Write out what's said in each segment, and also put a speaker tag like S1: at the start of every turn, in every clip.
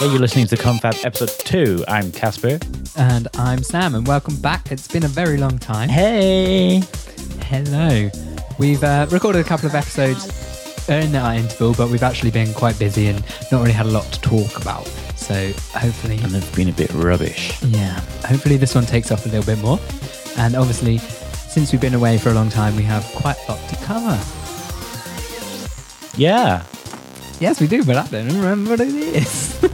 S1: Yeah, you're listening to Confab episode two. I'm Casper.
S2: And I'm Sam, and welcome back. It's been a very long time.
S1: Hey.
S2: Hello. We've uh, recorded a couple of episodes in that interval, but we've actually been quite busy and not really had a lot to talk about. So hopefully,
S1: And they've been a bit rubbish.
S2: yeah, hopefully this one takes off a little bit more. And obviously, since we've been away for a long time, we have quite a lot to cover.
S1: Yeah.
S2: Yes, we do, but I don't remember what it is.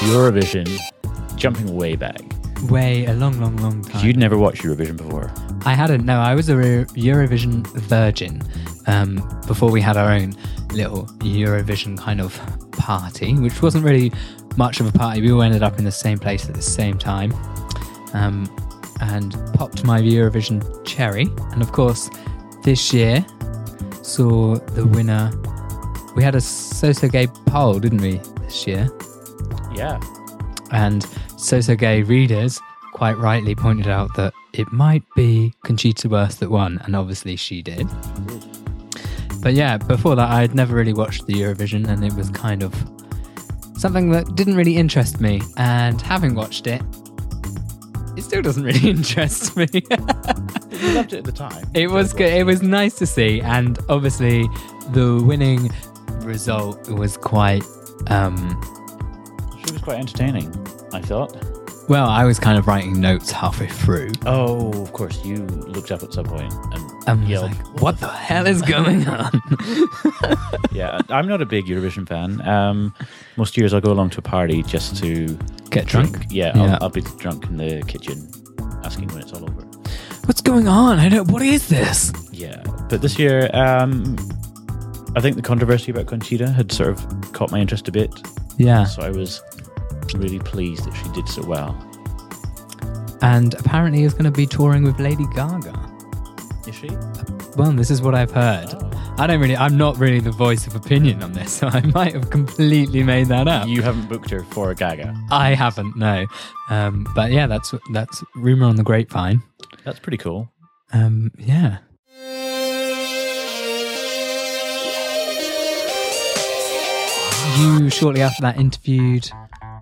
S1: Eurovision. Jumping way back.
S2: Way a long, long, long
S1: 'Cause
S2: time.
S1: You'd never watched Eurovision before.
S2: I hadn't. No, I was a Euro- Eurovision virgin um, before we had our own little Eurovision kind of party, which wasn't really much of a party. We all ended up in the same place at the same time, um, and popped my Eurovision cherry. And of course, this year saw the winner. We had a so-so gay poll, didn't we, this year?
S1: Yeah.
S2: And so so gay readers quite rightly pointed out that it might be Conchita Wurst that won, and obviously she did. But yeah, before that, I'd never really watched the Eurovision, and it was kind of something that didn't really interest me. And having watched it, it still doesn't really interest me.
S1: You loved it at the time.
S2: it was good. It was nice to see, and obviously, the winning result was quite. Um,
S1: She was quite entertaining, I thought.
S2: well, I was kind of writing notes halfway through.
S1: Oh, of course. You looked up at some point and
S2: and was
S1: yelled.
S2: like, "What the hell is going on?"
S1: yeah. I'm not a big Eurovision fan. Um, most years I'll go along to a party just to
S2: Get drunk.
S1: Yeah,
S2: Yeah.
S1: I'll, I'll be drunk in the kitchen asking when it's all over.
S2: What's going on? I don't. What is this?
S1: Yeah, but this year, um, I think the controversy about Conchita had sort of caught my interest a bit,
S2: Yeah,
S1: so I was really pleased that she did so well.
S2: and apparently he's going to be touring with Lady Gaga.
S1: Is she?
S2: Well, this is what I've heard.
S1: Oh.
S2: I don't really. I'm not really the voice of opinion on this, so I might have completely made that up.
S1: You haven't booked her for Gaga.
S2: I haven't. No, um, but yeah, that's that's rumor on the grapevine.
S1: That's pretty cool.
S2: Um, yeah. You shortly after that interviewed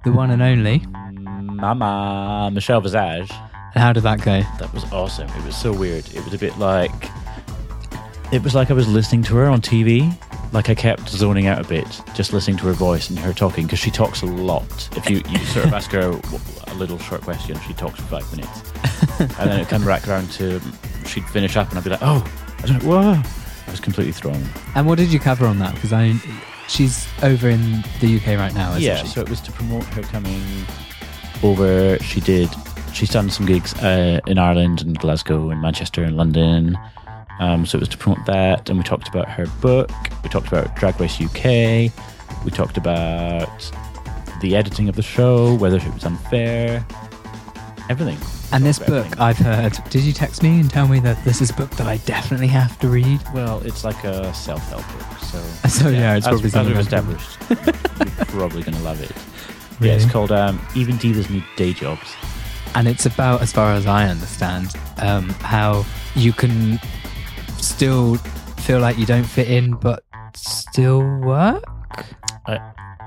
S2: the one and only.
S1: Mama, Michelle Visage.
S2: How did that go?
S1: That was awesome. It was so weird. It was a bit like it was like I was listening to her on TV. Like I kept zoning out a bit, just listening to her voice and her talking because she talks a lot. If you, you sort of ask her w- a little short question, she talks for five minutes, and then it come back around to she'd finish up, and I'd be like, "Oh, I don't know, whoa!" I was completely thrown.
S2: And what did you cover on that? Because I, she's over in the UK right now. Isn't
S1: yeah,
S2: she?
S1: so it was to promote her coming over. She did. She's done some gigs uh, in Ireland and Glasgow and Manchester and London. Um, so it was to promote that, and we talked about her book. We talked about Drag Race UK. We talked about the editing of the show, whether it was unfair, everything.
S2: and this
S1: Talked about
S2: book I've heard. Did you text me and tell me that this is a book that I definitely have to read?
S1: Well, it's like a self-help book, so
S2: So, uh, Oh, yeah, it's
S1: as-
S2: probably
S1: as
S2: something
S1: we've
S2: I'd probably-
S1: established. you're probably going to love it. Yeah, it's
S2: Really?
S1: called um, "Even Divas Need Day Jobs."
S2: and it's about, as far as I understand, um, how you can still feel like you don't fit in, but still work.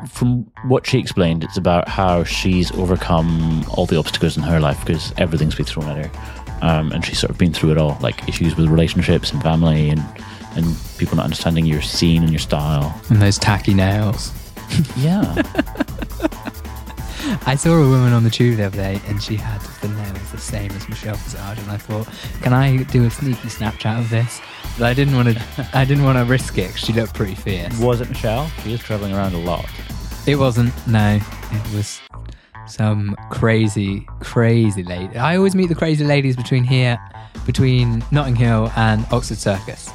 S1: from what she explained, it's about how she's overcome all the obstacles in her life because everything's been thrown at her, um, and she's sort of been through it all, like issues with relationships and family, and and people not understanding your scene and your style.
S2: And those tacky nails.
S1: Yeah,
S2: I saw a woman on the tube the other day, and she had the nails the same as Michelle Visage, and I thought, can I do a sneaky Snapchat of this? But I didn't want to. I didn't want to risk it. 'cause she looked pretty fierce.
S1: was it Michelle? She is traveling around a lot.
S2: It wasn't. No, it was some crazy, crazy lady. I always meet the crazy ladies between here, between Notting Hill and Oxford Circus.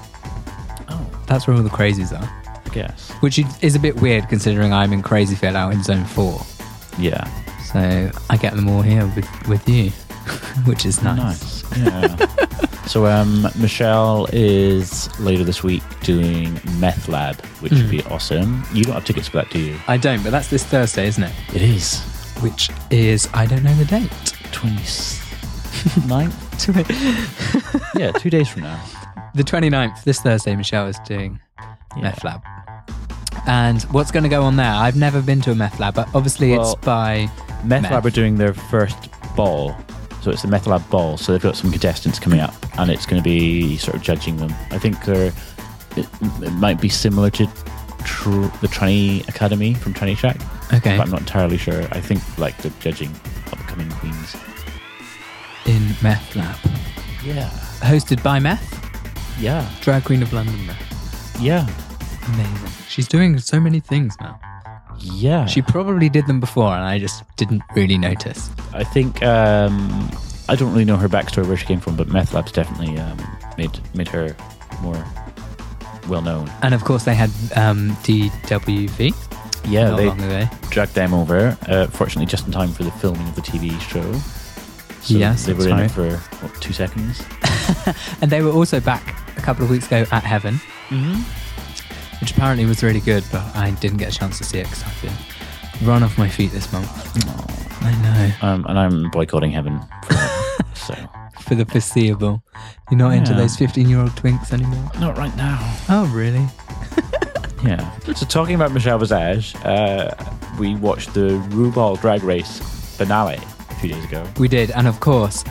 S1: Oh,
S2: That's where all the crazies are.
S1: I guess.
S2: Which is a bit weird considering I'm in Crazyville out in Zone Four.
S1: Yeah,
S2: So I get them all here with, with you, which is nice.
S1: nice. Yeah. so um, Michelle is later this week doing Meth Lab, which would be awesome. You don't have tickets for that, do you?
S2: I don't, but that's this Thursday, isn't it?
S1: It is
S2: Which is I don't know the date.
S1: twenty ninth.
S2: the
S1: yeah, two days from now.
S2: 29th, this Thursday, Michelle is doing
S1: Yeah.
S2: meth lab. And what's going to go on there? I've never been to a meth lab, but obviously
S1: Well,
S2: it's by
S1: Meth,
S2: Meth.
S1: Lab are doing their first ball. So it's the Meth Lab ball. So they've got some contestants coming up and it's going to be sort of judging them. I think they're, it, it might be similar to tr- the Tranny Academy from Tranny Track,
S2: okay
S1: but I'm not entirely sure. I think like they're judging upcoming queens.
S2: in meth lab,
S1: Yeah.
S2: hosted by meth,
S1: Yeah.
S2: drag queen of London. Meth.
S1: Yeah.
S2: Amazing. She's doing so many things now.
S1: Yeah.
S2: She probably did them before, and I just didn't really notice.
S1: I think um, I don't really know her backstory where she came from, but Meth Lab's definitely um, made made her more well known.
S2: And of course, they had um, DWV
S1: Yeah,
S2: not
S1: they
S2: long ago.
S1: dragged them over. Uh, fortunately, just in time for the filming of the TV show. So
S2: Yes,
S1: they were
S2: that's
S1: in
S2: right.
S1: it for what, two seconds.
S2: And they were also back a couple of weeks ago at Heaven,
S1: Mm-hmm.
S2: which apparently was really good, but I didn't get a chance to see it because I've been run off my feet this month. I know.
S1: Um, and I'm boycotting Heaven. For that, so
S2: For the foreseeable. You're not into
S1: Yeah.
S2: those 15 year old twinks anymore.
S1: not right now.
S2: Oh, really?
S1: Yeah. So talking about Michelle Visage, uh, we watched the RuPaul Drag Race finale a few days ago.
S2: We did. And of course,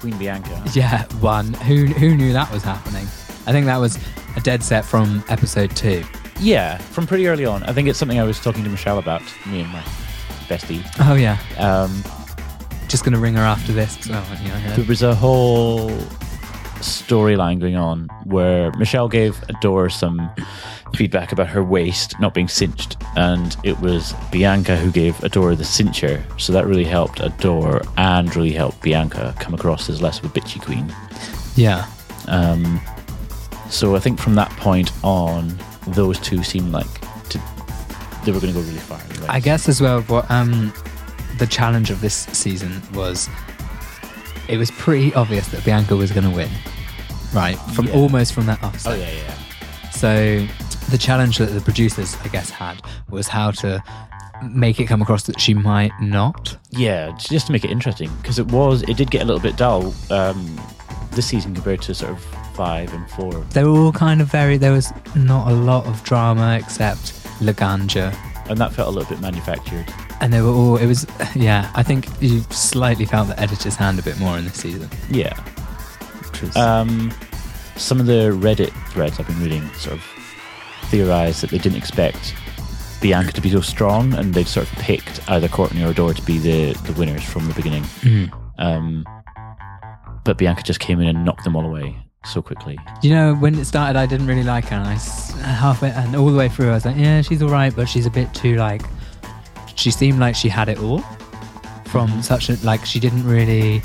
S1: Queen Bianca.
S2: yeah, one. Who, who knew that was happening? I think that was a dead set from episode two.
S1: Yeah, from pretty early on. I think it's something I was talking to Michelle about, me and my bestie.
S2: Oh, yeah.
S1: Um,
S2: Just going to ring her after this as well, aren't you? I heard.
S1: there was a whole storyline going on where Michelle gave Adore some feedback about her waist not being cinched, and it was Bianca who gave Adore the cincher. So that really helped Adore and really helped Bianca come across as less of a bitchy queen.
S2: Yeah.
S1: Um, so I think from that point on, those two seemed like to, they were going to go really far. really.
S2: I guess as well, what um, the challenge of this season was it was pretty obvious that Bianca was going to win, right? From
S1: Yeah.
S2: almost from that offset.
S1: Oh yeah, yeah.
S2: So the challenge that the producers, I guess, had was how to make it come across that she might not.
S1: Yeah, j- just to make it interesting because it was it did get a little bit dull um, this season compared to sort of five and four.
S2: They were all kind of very. There was not a lot of drama except Laganja.
S1: and that felt a little bit manufactured.
S2: And they were all, it was, yeah, I think you slightly felt the editor's hand a bit more in this season.
S1: Yeah,
S2: Which was,
S1: um, some of the Reddit threads I've been reading sort of theorized that they didn't expect Bianca to be so strong, and they'd sort of picked either Courtney or Adore to be the the winners from the beginning.
S2: Mm.
S1: Um, but Bianca just came in and knocked them all away so quickly.
S2: You know, when it started, I didn't really like her, and I s- halfway and all the way through, I was like, "Yeah, she's all right, but she's a bit too like." She seemed like she had it all from such a like she didn't really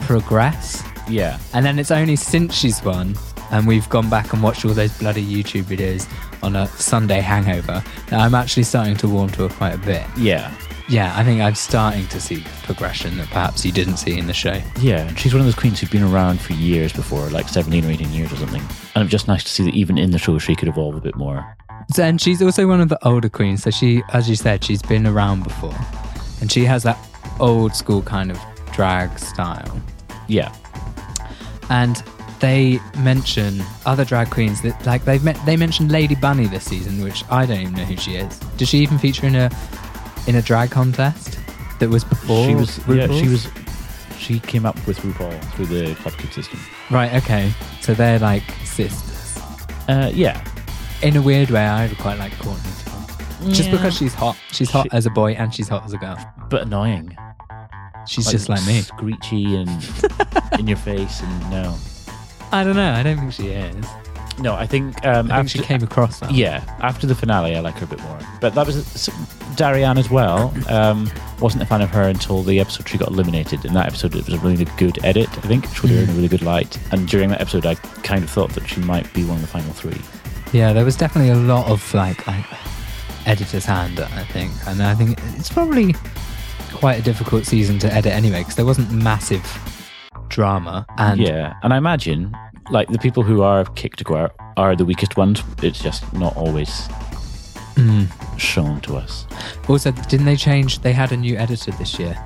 S2: progress.
S1: Yeah,
S2: And then it's only since she's won, and we've gone back and watched all those bloody YouTube videos on a Sunday hangover that I'm actually starting to warm to her quite a bit.
S1: yeah.
S2: Yeah, I think I'm starting to see progression that perhaps you didn't see in the show.
S1: Yeah, and she's one of those queens who've been around for years before, like 17 or 18 years or something. And it's just nice to see that even in the show, she could evolve a bit more.
S2: So, and she's also one of the older queens. So she, as you said, she's been around before, and she has that old school kind of drag style.
S1: Yeah.
S2: And they mention other drag queens that, like they've met, they mentioned Lady Bunny this season, which I don't even know who she is. Does she even feature in a in a drag contest that was before?
S1: she was, yeah, she
S2: RuPaul's?
S1: was, she came up with RuPaul through the Club Kid system.
S2: right. Okay, so they're like sisters.
S1: Uh, yeah.
S2: In a weird way, I would quite like Courtney. to be. Just
S1: Yeah.
S2: because she's hot, she's hot
S1: She-
S2: as a boy and she's hot as a girl.
S1: Mm. But annoying.
S2: She's just like me.
S1: Screechy and in your face and no.
S2: I don't know. I don't think she is.
S1: No, I think, um,
S2: I think she
S1: after,
S2: came across that.
S1: yeah, after the finale, I like her a bit more. But that was s- Darianne as well. Um, wasn't a fan of her until the episode she got eliminated. In that episode, it was a really good edit. I think she was in a really good light. And during that episode, I kind of thought that she might be one of the final three.
S2: Yeah, there was definitely a lot of like, like editor's hand, I think, and I think it's probably quite a difficult season to edit anyway because there wasn't massive drama and
S1: yeah, and I imagine like the people who are kicked out are the weakest ones. It's just not always
S2: Mm.
S1: shown to us.
S2: also didn't they change they had a new editor this year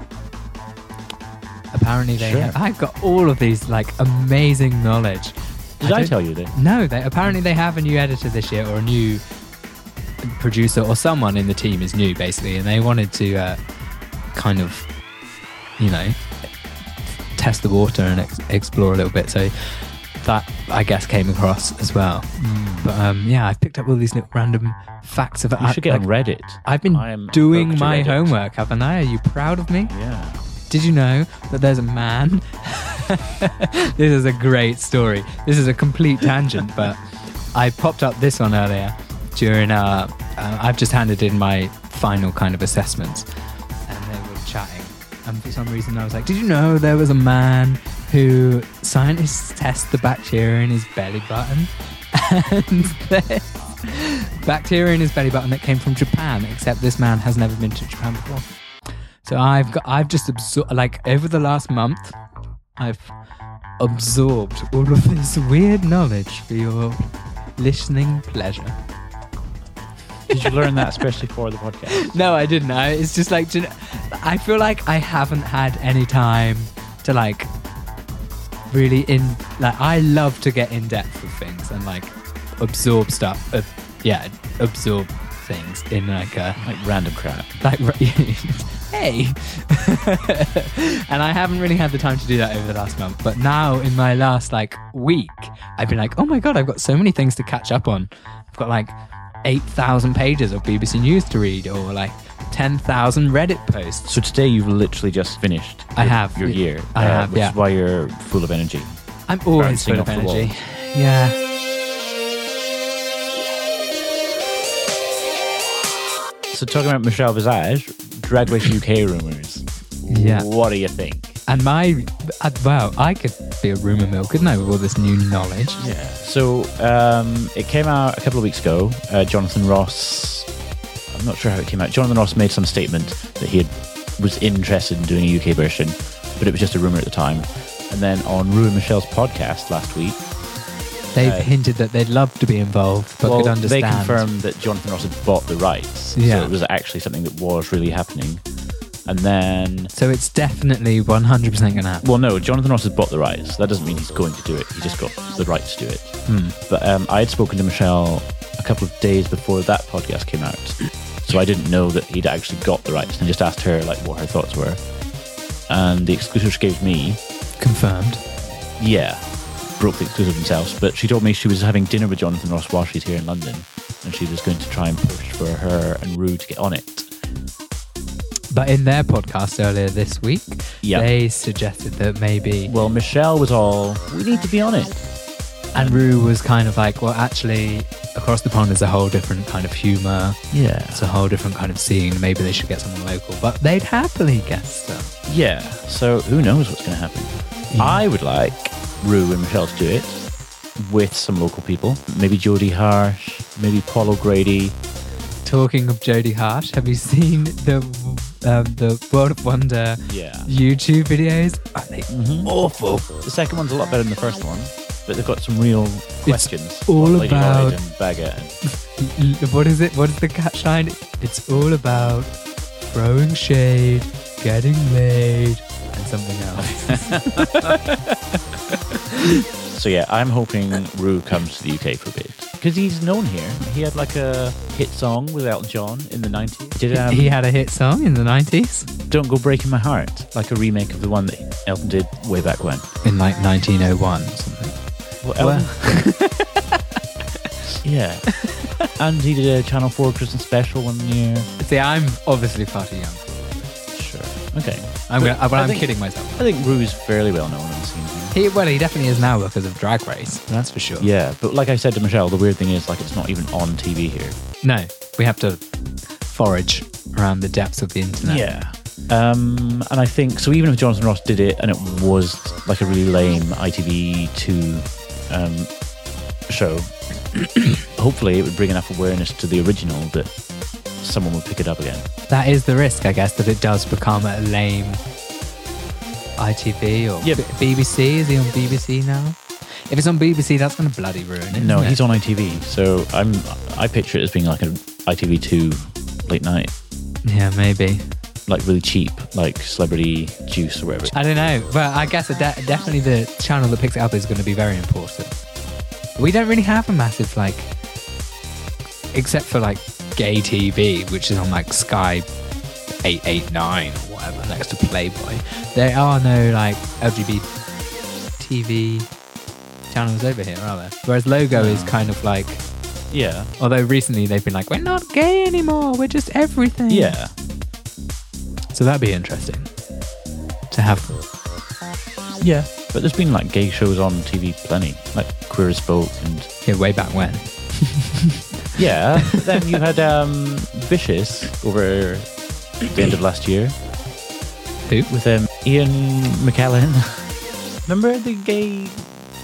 S2: apparently they
S1: Sure.
S2: had, i've got all of these like amazing knowledge
S1: Did I,
S2: don't-
S1: tell you that?
S2: No, they, apparently they have a new editor this year or a new producer or someone in the team is new basically, and they wanted to uh, kind of, you know, test the water and ex- explore a little bit. So that I guess came across as well. But um, yeah, I've picked up all these little random facts about.
S1: Hmm. You should get on Reddit.
S2: I've been
S1: I am
S2: doing
S1: hooked to
S2: my
S1: Reddit.
S2: homework, haven't I? Are you proud of me?
S1: Yeah.
S2: Did you know that there's a man? this is a great story. This is a complete tangent, but I popped up this one earlier during our. Uh, I've just handed in my final kind of assessments, and they were chatting. And for some reason, I was like, "Did you know there was a man who scientists test the bacteria in his belly button?" And there's bacteria in his belly button that came from Japan, except this man has never been to Japan before. So I've got, I've just absorbed, like over the last month, I've absorbed all of this weird knowledge for your listening pleasure.
S1: Did you learn that especially for the podcast?
S2: No, I didn't. I, it's just like, do you know- I feel like I haven't had any time to like really in, like, I love to get in depth with things and like absorb stuff. Uh, yeah, absorb things in like a,
S1: Like random crap.
S2: like r- hey and i haven't really had the time to do that over the last month but now in my last like week i've been like oh my god i've got so many things to catch up on i've got like 8000 pages of bbc news to read or like 10000 reddit posts
S1: So today you've literally just finished.
S2: I
S1: your-
S2: have.
S1: your year. uh,
S2: I have,
S1: Which
S2: yeah.
S1: is why you're full of energy.
S2: i'm always
S1: Bouncing
S2: full of
S1: off the wall.
S2: energy yeah
S1: So talking about Michelle Visage, Drag Race UK rumors.
S2: Yeah.
S1: What do you think?
S2: and my uh, well i could be a rumor mill couldn't i with all this new knowledge
S1: Yeah. So um, it came out a couple of weeks ago. Uh, Jonathan Ross, I'm not sure how it came out. Jonathan Ross made some statement that he had, was interested in doing a UK version, but it was just a rumor at the time. And then on Rue and Michelle's podcast last week,
S2: they've
S1: Uh,
S2: hinted that they'd love to be involved but could
S1: well, they
S2: understand
S1: confirmed that Jonathan Ross had bought the rights.
S2: Yeah.
S1: So it was actually something that was really happening. And then
S2: so it's definitely 100% gonna happen
S1: Well, no, Jonathan Ross has bought the rights. That doesn't mean he's going to do it. He just got the rights to do it.
S2: Hmm.
S1: But um, I had spoken to Michelle a couple of days before that podcast came out, so I didn't know that he'd actually got the rights, and just asked her like what her thoughts were. And the exclusive she gave me,
S2: confirmed
S1: yeah, broke the exclusive themselves. But she told me she was having dinner with Jonathan Ross while she's here in London, and she was going to try and push for her and Rue to get on it.
S2: But in their podcast earlier this week,
S1: Yeah.
S2: they suggested that maybe,
S1: Well, Michelle was all, "We need to be on it."
S2: and Rue was kind of like, well, actually, across the pond is a whole different kind of humour.
S1: Yeah.
S2: It's a whole different kind of scene. Maybe they should get someone local, but they'd happily guest them.
S1: Yeah, so who knows what's going to happen? I would like Rue and Michelle to do it with some local people. Maybe Jodie Harsh, maybe Paul O'Grady.
S2: Talking of Jodie Hart, have you seen the um, the World of Wonder
S1: Yeah.
S2: YouTube videos? Are they awful?
S1: The second one's a lot better than the first one, but they've got some real questions.
S2: all
S1: on Lady Lloyd
S2: about-
S1: and Baggett. And,
S2: L- what is it? What is the catchline? It's all about throwing shade, getting laid, and something else.
S1: so yeah, I'm hoping Rue comes to the UK for a bit because he's known here. He had like a hit song with Elton John in the 90s. Did um,
S2: he had a hit song in the 90s.
S1: "Don't Go Breaking My Heart," like a remake of the one that Elton did way back when.
S2: In like 1901 or something.
S1: Well,
S2: Well-
S1: Elton- yeah. And he did a Channel 4 Christmas special one year.
S2: See, I'm obviously far too young.
S1: Sure. Okay.
S2: I'm,
S1: But
S2: gonna, but
S1: I
S2: I'm
S1: think-
S2: kidding myself.
S1: I think Rue's fairly well known on the scene here.
S2: He, well, he definitely is now because of Drag Race. That's for sure.
S1: Yeah, but like I said to Michelle, the weird thing is, like, it's not even on TV here.
S2: No, we have to forage around the depths of the internet.
S1: Um, and I think, so even if Jonathan Ross did it and it was like a really lame ITV2 um, show, hopefully it would bring enough awareness to the original that someone would pick it up again.
S2: That is the risk, I guess, that it does become a lame ITV or
S1: Yeah.
S2: B- BBC. Is he on BBC now? If it's on BBC, that's going to bloody ruin it.
S1: No,
S2: isn't
S1: he's
S2: it?
S1: on ITV. So I'm I picture it as being like an ITV two late night,
S2: Yeah, maybe.
S1: like really cheap, like celebrity juice or whatever.
S2: Uh, I don't know. Well, I guess that de- definitely the channel that picks it up is going to be very important. We don't really have a massive like, except for like gay TV, which is on like Sky eight eight nine or whatever next to Playboy. There are no like LGBT TV channels over here, are there? Whereas Logo is kind of like,
S1: Yeah.
S2: although recently they've been like, we're not gay anymore, we're just everything.
S1: Yeah.
S2: So that'd be interesting to have.
S1: Yeah. But there's been like gay shows on TV plenty, like Queer as Folk and
S2: Yeah, way back when.
S1: Yeah. but then you had um, Vicious over the end of last year
S2: Who?
S1: with um, Ian McKellen. Remember the gay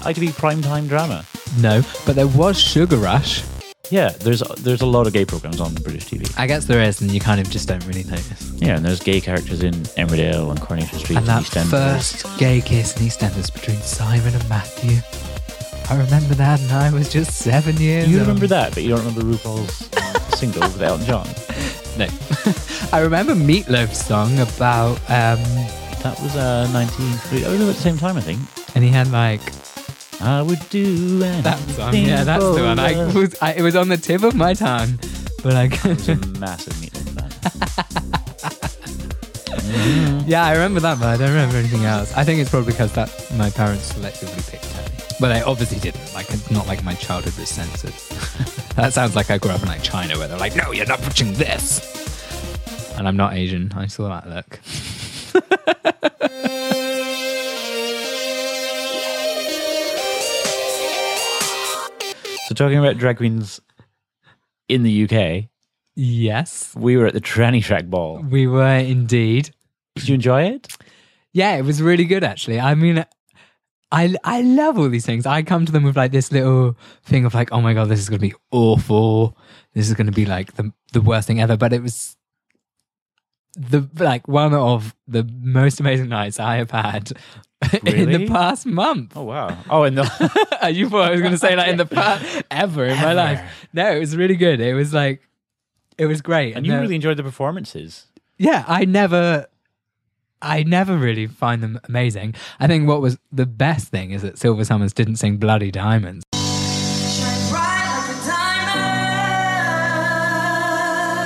S1: ITV primetime drama?
S2: No, but there was Sugar Rush.
S1: Yeah, there's there's a lot of gay programs on British TV.
S2: I guess there is, and you kind of just don't really notice.
S1: Yeah, and there's gay characters in Emmerdale and Coronation Street
S2: And that
S1: EastEnders.
S2: first gay kiss in EastEnders between Simon and Matthew. I remember that, and I was just seven years
S1: You
S2: old.
S1: remember that, but you don't remember RuPaul's single with Elton John.
S2: No. I remember Meatloaf's song about, um,
S1: That was uh, 19. That was about the same time, I think.
S2: and he had like
S1: I would do anything.
S2: that song. Yeah, that's the
S1: for
S2: one. I
S1: love.
S2: was, I, it was on the tip of my tongue, but I
S1: I
S2: couldn't.
S1: was a massive Meatloaf fan.
S2: Yeah, I remember that, but I don't remember anything else. I think it's probably because that my parents selectively picked Telly. Well, they obviously didn't. Like, it's not like my childhood was censored. that sounds like I grew up in like China, where they're like, "No, you're not watching this." And I'm not Asian. I saw that look.
S1: So talking about drag queens in the UK,
S2: Yes,
S1: we were at the Tranny Track Ball.
S2: we were indeed.
S1: Did you enjoy it?
S2: Yeah, it was really good actually. I mean, I I love all these things. I come to them with like this little thing of like, oh my god, this is gonna be awful. This is gonna be like the the worst thing ever. But it was the like one of the most amazing nights I have had in the
S1: Really?
S2: past month.
S1: Oh wow! Oh, and the,
S2: you thought I was gonna say like in the past ever in my
S1: Ever.
S2: life. No, it was really good. It was like it was great.
S1: and you
S2: there-
S1: really enjoyed the performances.
S2: yeah, I never, I never really find them amazing. I think what was the best thing is that Silver Summers didn't sing Bloody Diamonds.
S3: Shine bright like a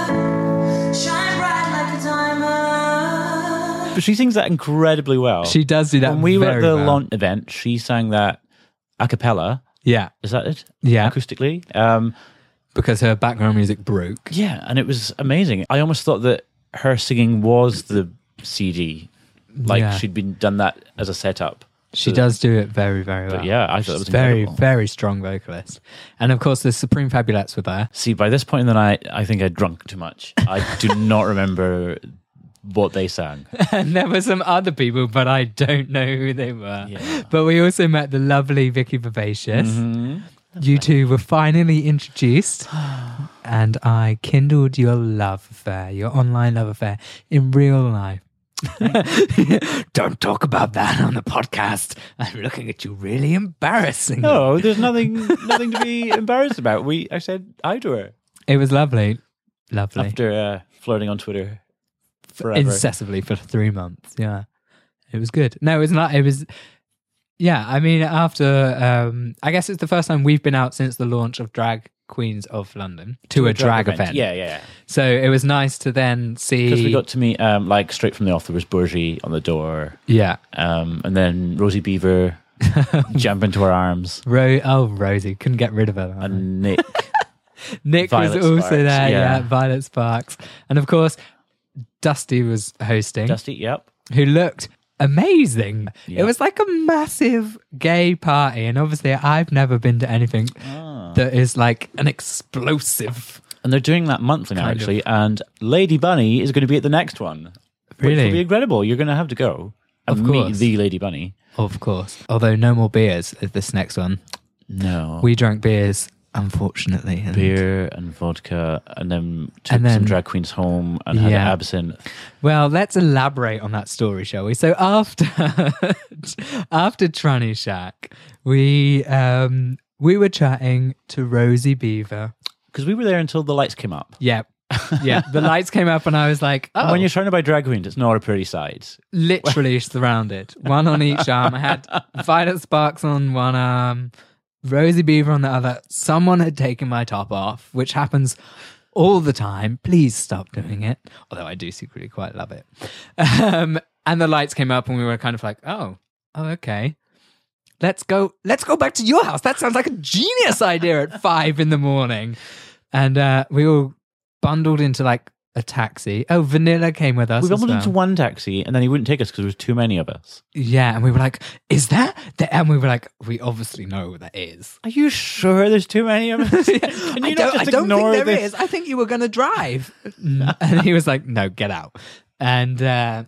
S3: diamond. Shine bright like a diamond.
S1: But she sings that incredibly well.
S2: She does do that.
S1: when we were at
S2: very
S1: the
S2: well.
S1: launch event, she sang that a cappella.
S2: yeah,
S1: Is that it?
S2: Yeah.
S1: Acoustically. Um,
S2: because her background music broke.
S1: yeah, and it was amazing. I almost thought that her singing was the CD. Like
S2: Yeah.
S1: she'd been done that as a setup.
S2: She does do it very, very well.
S1: yeah, I thought it was
S2: She's very,
S1: incredible.
S2: very strong vocalist. And of course, the Supreme Fabulettes were there.
S1: See, by this point in the night, I think I drunk too much. I do not remember what they sang.
S2: and there were some other people, but I don't know who they were.
S1: Yeah.
S2: But we also met the lovely Vicky Vivacious. You two were finally introduced, and I kindled your love affair, your online love affair, in real life. don't talk about that on the podcast. I'm looking at you really embarrassing.
S1: No, there's nothing, nothing to be embarrassed about. We, I said hi to her
S2: It was lovely. Lovely.
S1: after uh, flirting on Twitter forever.
S2: incessantly for three months. Yeah, it was good. No, it's not. It was. Yeah, I mean, after um, I guess it's the first time we've been out since the launch of Drag Queens of London to, a drag, event.
S1: Yeah, yeah.
S2: So it was nice to then see.
S1: Because we got to meet, um, like, straight from the off, there was Bourgie on the door,
S2: yeah.
S1: um, and then Rosie Beaver jump into our arms,
S2: Ro- oh, Rosie couldn't get rid of her.
S1: and Nick.
S2: Nick
S1: Violet
S2: was also
S1: Sparks,
S2: there. Yeah.
S1: yeah.
S2: Violet Sparks, and of course, Dusty was hosting.
S1: Dusty, yep.
S2: who looked amazing. It
S1: Yeah.
S2: was like a massive gay party, and obviously, I've never been to anything
S1: Ah.
S2: that is like an explosive.
S1: And they're doing that monthly now,
S2: Kind of.
S1: actually. And Lady Bunny is going to be at the next one. Which
S2: Really?
S1: will be incredible. You're going to have to go and
S2: Of
S1: meet
S2: course.
S1: the Lady Bunny.
S2: Of course. Although, no more beers is this next one.
S1: No.
S2: We drank beers, unfortunately. and-
S1: beer and vodka, and then took
S2: And then-
S1: some drag queens home and had
S2: Yeah.
S1: an absinthe.
S2: Well, let's elaborate on that story, shall we? So after after Tranny Shack, we um we were chatting to Rosie Beaver.
S1: Because we were there until the lights came up.
S2: Yep. Yeah. The lights came up and I was like, oh.
S1: And When you're surrounded by drag queens, it's not a pretty sight.
S2: literally surrounded, one on each arm. I had Violet Sparks on one arm, Rosie Beaver on the other. Someone had taken my top off, which happens all the time. Please stop doing it. Although I do secretly quite love it. Um, and the lights came up, and we were kind of like, oh, oh, okay. Let's go. Let's go back to your house. That sounds like a genius idea at five in the morning. And uh, we all bundled into like a taxi. Oh, Vanilla came with us.
S1: We
S2: as
S1: bumbled
S2: well.
S1: into one taxi and then he wouldn't take us because there was too many of us.
S2: Yeah, and we were like, "Is that?" The-? And we were like, "We obviously know what that is."
S1: Are you sure there's too many of us? Can you
S2: I
S1: not
S2: don't, I
S1: just
S2: don't think
S1: ignore
S2: there is.
S1: this?
S2: I think you were going to drive. and he was like, "No, get out." And uh,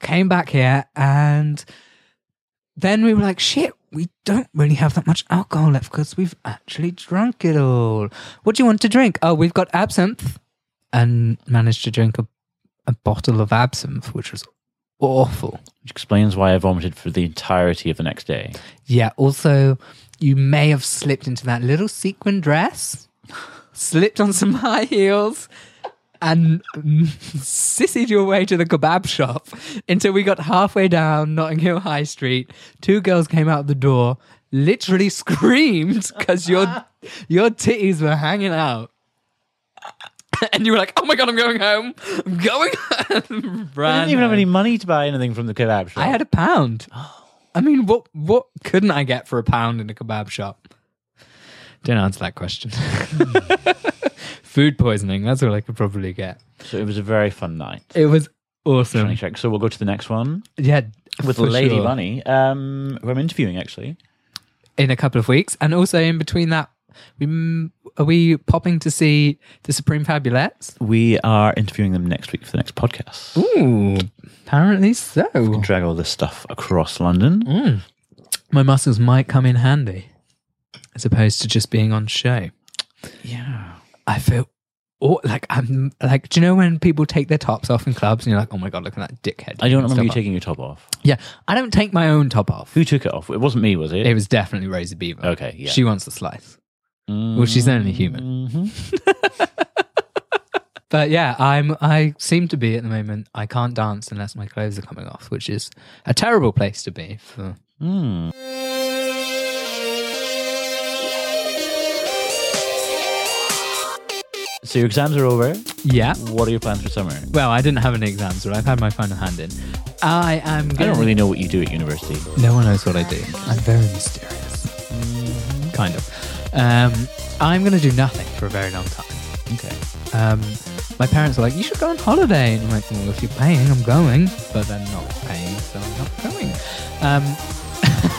S2: came back here, and then we were like, "Shit, we don't really have that much alcohol left because we've actually drunk it all." What do you want to drink? Oh, we've got absinthe, and managed to drink a, a bottle of absinthe, which was awful.
S1: Which explains why I vomited for the entirety of the next day.
S2: Yeah. Also, you may have slipped into that little sequin dress, slipped on some high heels, and mm, sissied your way to the kebab shop until we got halfway down Notting Hill High Street. Two girls came out the door, literally screamed because your your titties were hanging out. And you were like, "Oh my god, I'm going home! I'm going home!"
S1: I
S2: Ran
S1: didn't even have
S2: home.
S1: any money to buy anything from the kebab shop.
S2: I had a pound. I mean, what what couldn't I get for a pound in a kebab shop? Don't answer that question. Food poisoning. That's all I could probably get.
S1: so it was a very fun night.
S2: It was
S1: Funny
S2: awesome.
S1: check. So we'll go to the next one
S2: Yeah,
S1: with
S2: for
S1: Lady
S2: sure.
S1: Bunny, um, who I'm interviewing actually.
S2: in a couple of weeks, and also in between that, we m- are we popping to see the Supreme Fabulettes?
S1: We are interviewing them next week for the next podcast.
S2: Ooh, apparently so.
S1: Drag all this stuff across London.
S2: My muscles might come in handy, as opposed to just being on show.
S1: Yeah.
S2: I feel aw- like I'm like, do you know when people take their tops off in clubs and you're like, oh my god, look at that dickhead?
S1: I don't remember you
S2: Stop
S1: taking your top off.
S2: off. Yeah, I don't take my own top off.
S1: Who took it off? It wasn't me, was it?
S2: It was definitely Rosie Beaver.
S1: Okay, yeah.
S2: she wants a slice. Well, she's only human.
S1: Mhm.
S2: But yeah, I'm. I seem to be at the moment. I can't dance unless my clothes are coming off, which is a terrible place to be. For
S1: So your exams are over.
S2: yeah.
S1: What are your plans for summer?
S2: Well, I didn't have any exams, but I've had my final hand in. I am.
S1: I
S2: Gonna,
S1: don't really know what you do at university.
S2: No one knows what I do. I'm very mysterious. Kind of. Um, I'm going to do nothing for a very long time.
S1: Okay.
S2: Um, my parents were like, you should go on holiday. And I'm like, well, if you're paying, I'm going. But they're not paying, so I'm not going. Um,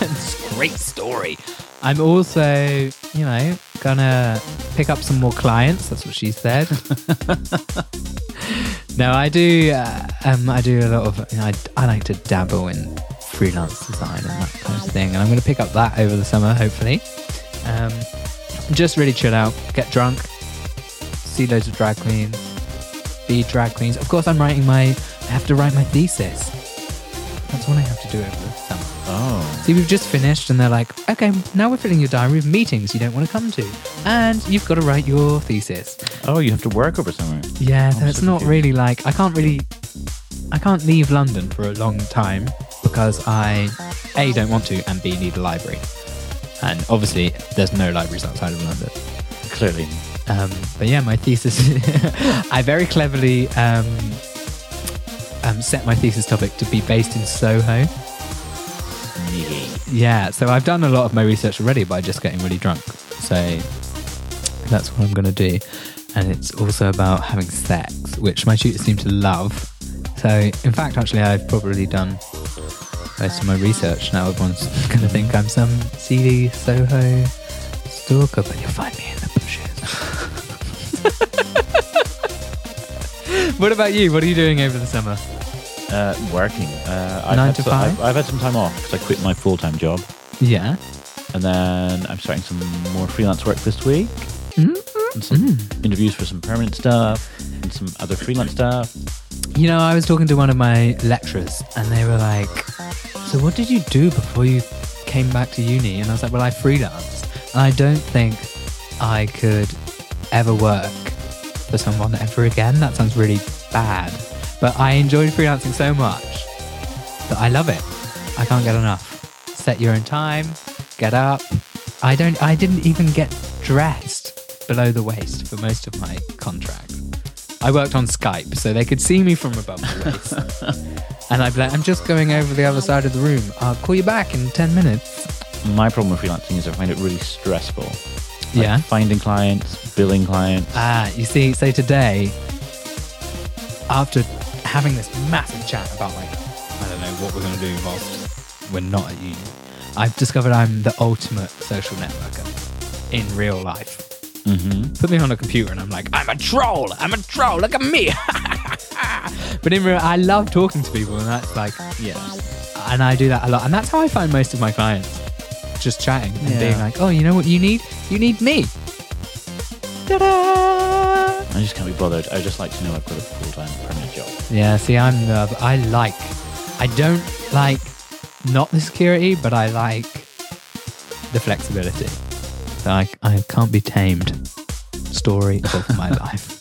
S2: it's a great story. I'm also, you know, going to pick up some more clients. That's what she said. no, I do. Uh, um, I do a lot of. You know, I, I like to dabble in freelance design and that kind of thing, and I'm going to pick up that over the summer, hopefully. Um, just really chill out, get drunk, see loads of drag queens, be drag queens. Of course, I'm writing my. I have to write my thesis. That's what I have to do over the summer.
S1: Oh.
S2: See, we've just finished, and they're like, okay, now we're filling your diary with meetings you don't want to come to, and you've got to write your thesis.
S1: Oh, you have to work over summer.
S2: Yeah, so
S1: I'm
S2: it's
S1: so
S2: not
S1: confused.
S2: really like I can't really I can't leave London for a long time because I A don't want to and B need a library. And obviously there's no libraries outside of London.
S1: Clearly.
S2: Um, but yeah, my thesis I very cleverly um, um, set my thesis topic to be based in Soho.
S1: Yeah.
S2: Yeah, so I've done a lot of my research already by just getting really drunk. So that's what I'm going to do. And it's also about having sex, which my tutor seemed to love. So, in fact, actually, I've probably done most of my research. Now everyone's going to think I'm some seedy Soho stalker, but you'll find me in the bushes. what about you? What are you doing over the summer?
S1: Uh, working. Uh, I've
S2: Nine
S1: had
S2: to
S1: so-
S2: five?
S1: I've, I've had some time off because I quit my full-time job,
S2: Yeah.
S1: and then I'm starting some more freelance work this week, and some interviews for some permanent stuff and some other freelance stuff.
S2: You know, I was talking to one of my lecturers, and they were like, "So, what did you do before you came back to uni?" And I was like, "Well, I freelanced, and I don't think I could ever work for someone ever again. That sounds really bad, but I enjoyed freelancing so much that I love it. I can't get enough. Set your own time, get up, I don't. I didn't even get dressed below the waist for most of my contract. I worked on Skype, so they could see me from above the waist. and I'd be like, I'm just going over the other side of the room. I'll call you back in ten minutes.
S1: My problem with freelancing is I find it really stressful. Like,
S2: Yeah.
S1: Finding clients, billing clients.
S2: Ah, you see, so today, after having this massive chat about like, I don't know what we're gonna do whilst we're not at uni, I've discovered I'm the ultimate social networker in real life.
S1: Mm-hmm.
S2: Put me on a computer and I'm like, I'm a troll, I'm a troll, look at me. but in real, I love talking to people, and that's like,
S1: Yeah.
S2: and I do that a lot, and that's how I find most of my clients, just chatting and
S1: Yeah.
S2: being like, oh, you know what you need? You need me. Ta-da!
S1: I just can't be bothered. I just like to know I've got a full-time permanent job.
S2: Yeah, see, I'm the. I like. I don't like not the security, but I like the flexibility. So I, I can't be tamed. Story of my life.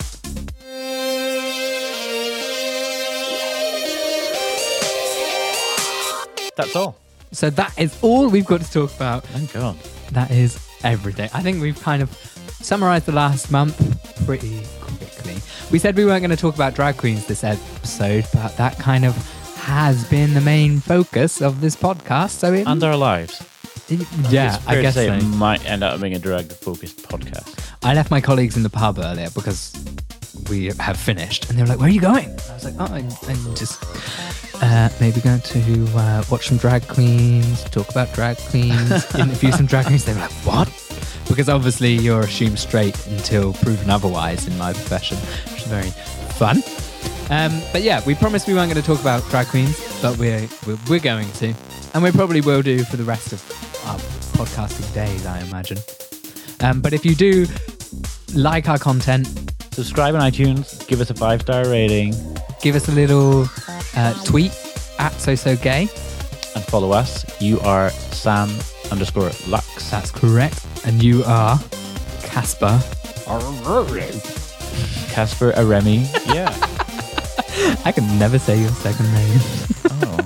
S1: That's all.
S2: So that is all we've got to talk about.
S1: Thank God.
S2: That is everything. I think we've kind of summarized the last month pretty quickly. We said we weren't going to talk about drag queens this episode, but that kind of has been the main focus of this podcast. So it,
S1: And our lives.
S2: yeah,
S1: It's fair
S2: I
S1: to
S2: guess
S1: say
S2: so.
S1: it might end up being a drag-focused podcast.
S2: I left my colleagues in the pub earlier because we have finished, and they were like, "Where are you going?" I was like, "Oh, I'm, I'm just uh, maybe going to uh, watch some drag queens, talk about drag queens, interview some drag queens." They were like, "What?" Because obviously you're assumed straight until proven otherwise in my profession, which is very fun. Um, but yeah, we promised we weren't going to talk about drag queens, but we're, we're we're going to, and we probably will do for the rest of our podcasting days, I imagine. Um, but if you do like our content,
S1: Subscribe on iTunes. Give us a five-star rating
S2: give us a little uh, tweet at so so gay.
S1: and follow us. You are Sam underscore Lux.
S2: That's correct. And you are Casper.
S1: Casper Aremi. Yeah.
S2: I can never say your second name.
S1: Oh.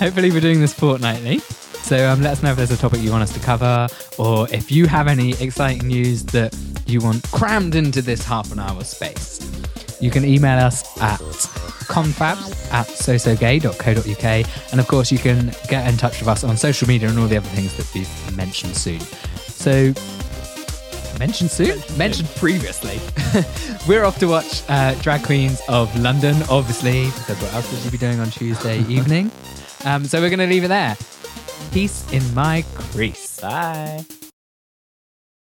S2: Hopefully, we're doing this fortnightly. So um, let us know if there's a topic you want us to cover, or if you have any exciting news that you want crammed into this half an hour space. You can email us at confabs at sosogay.co.uk. And of course, you can get in touch with us on social media and all the other things that we've mentioned soon. So, mentioned soon? Mentioned previously. we're off to watch uh, Drag Queens of London, obviously, because what else would you be doing on Tuesday evening? Um, so, we're going to leave it there. Peace in my crease.
S1: Bye.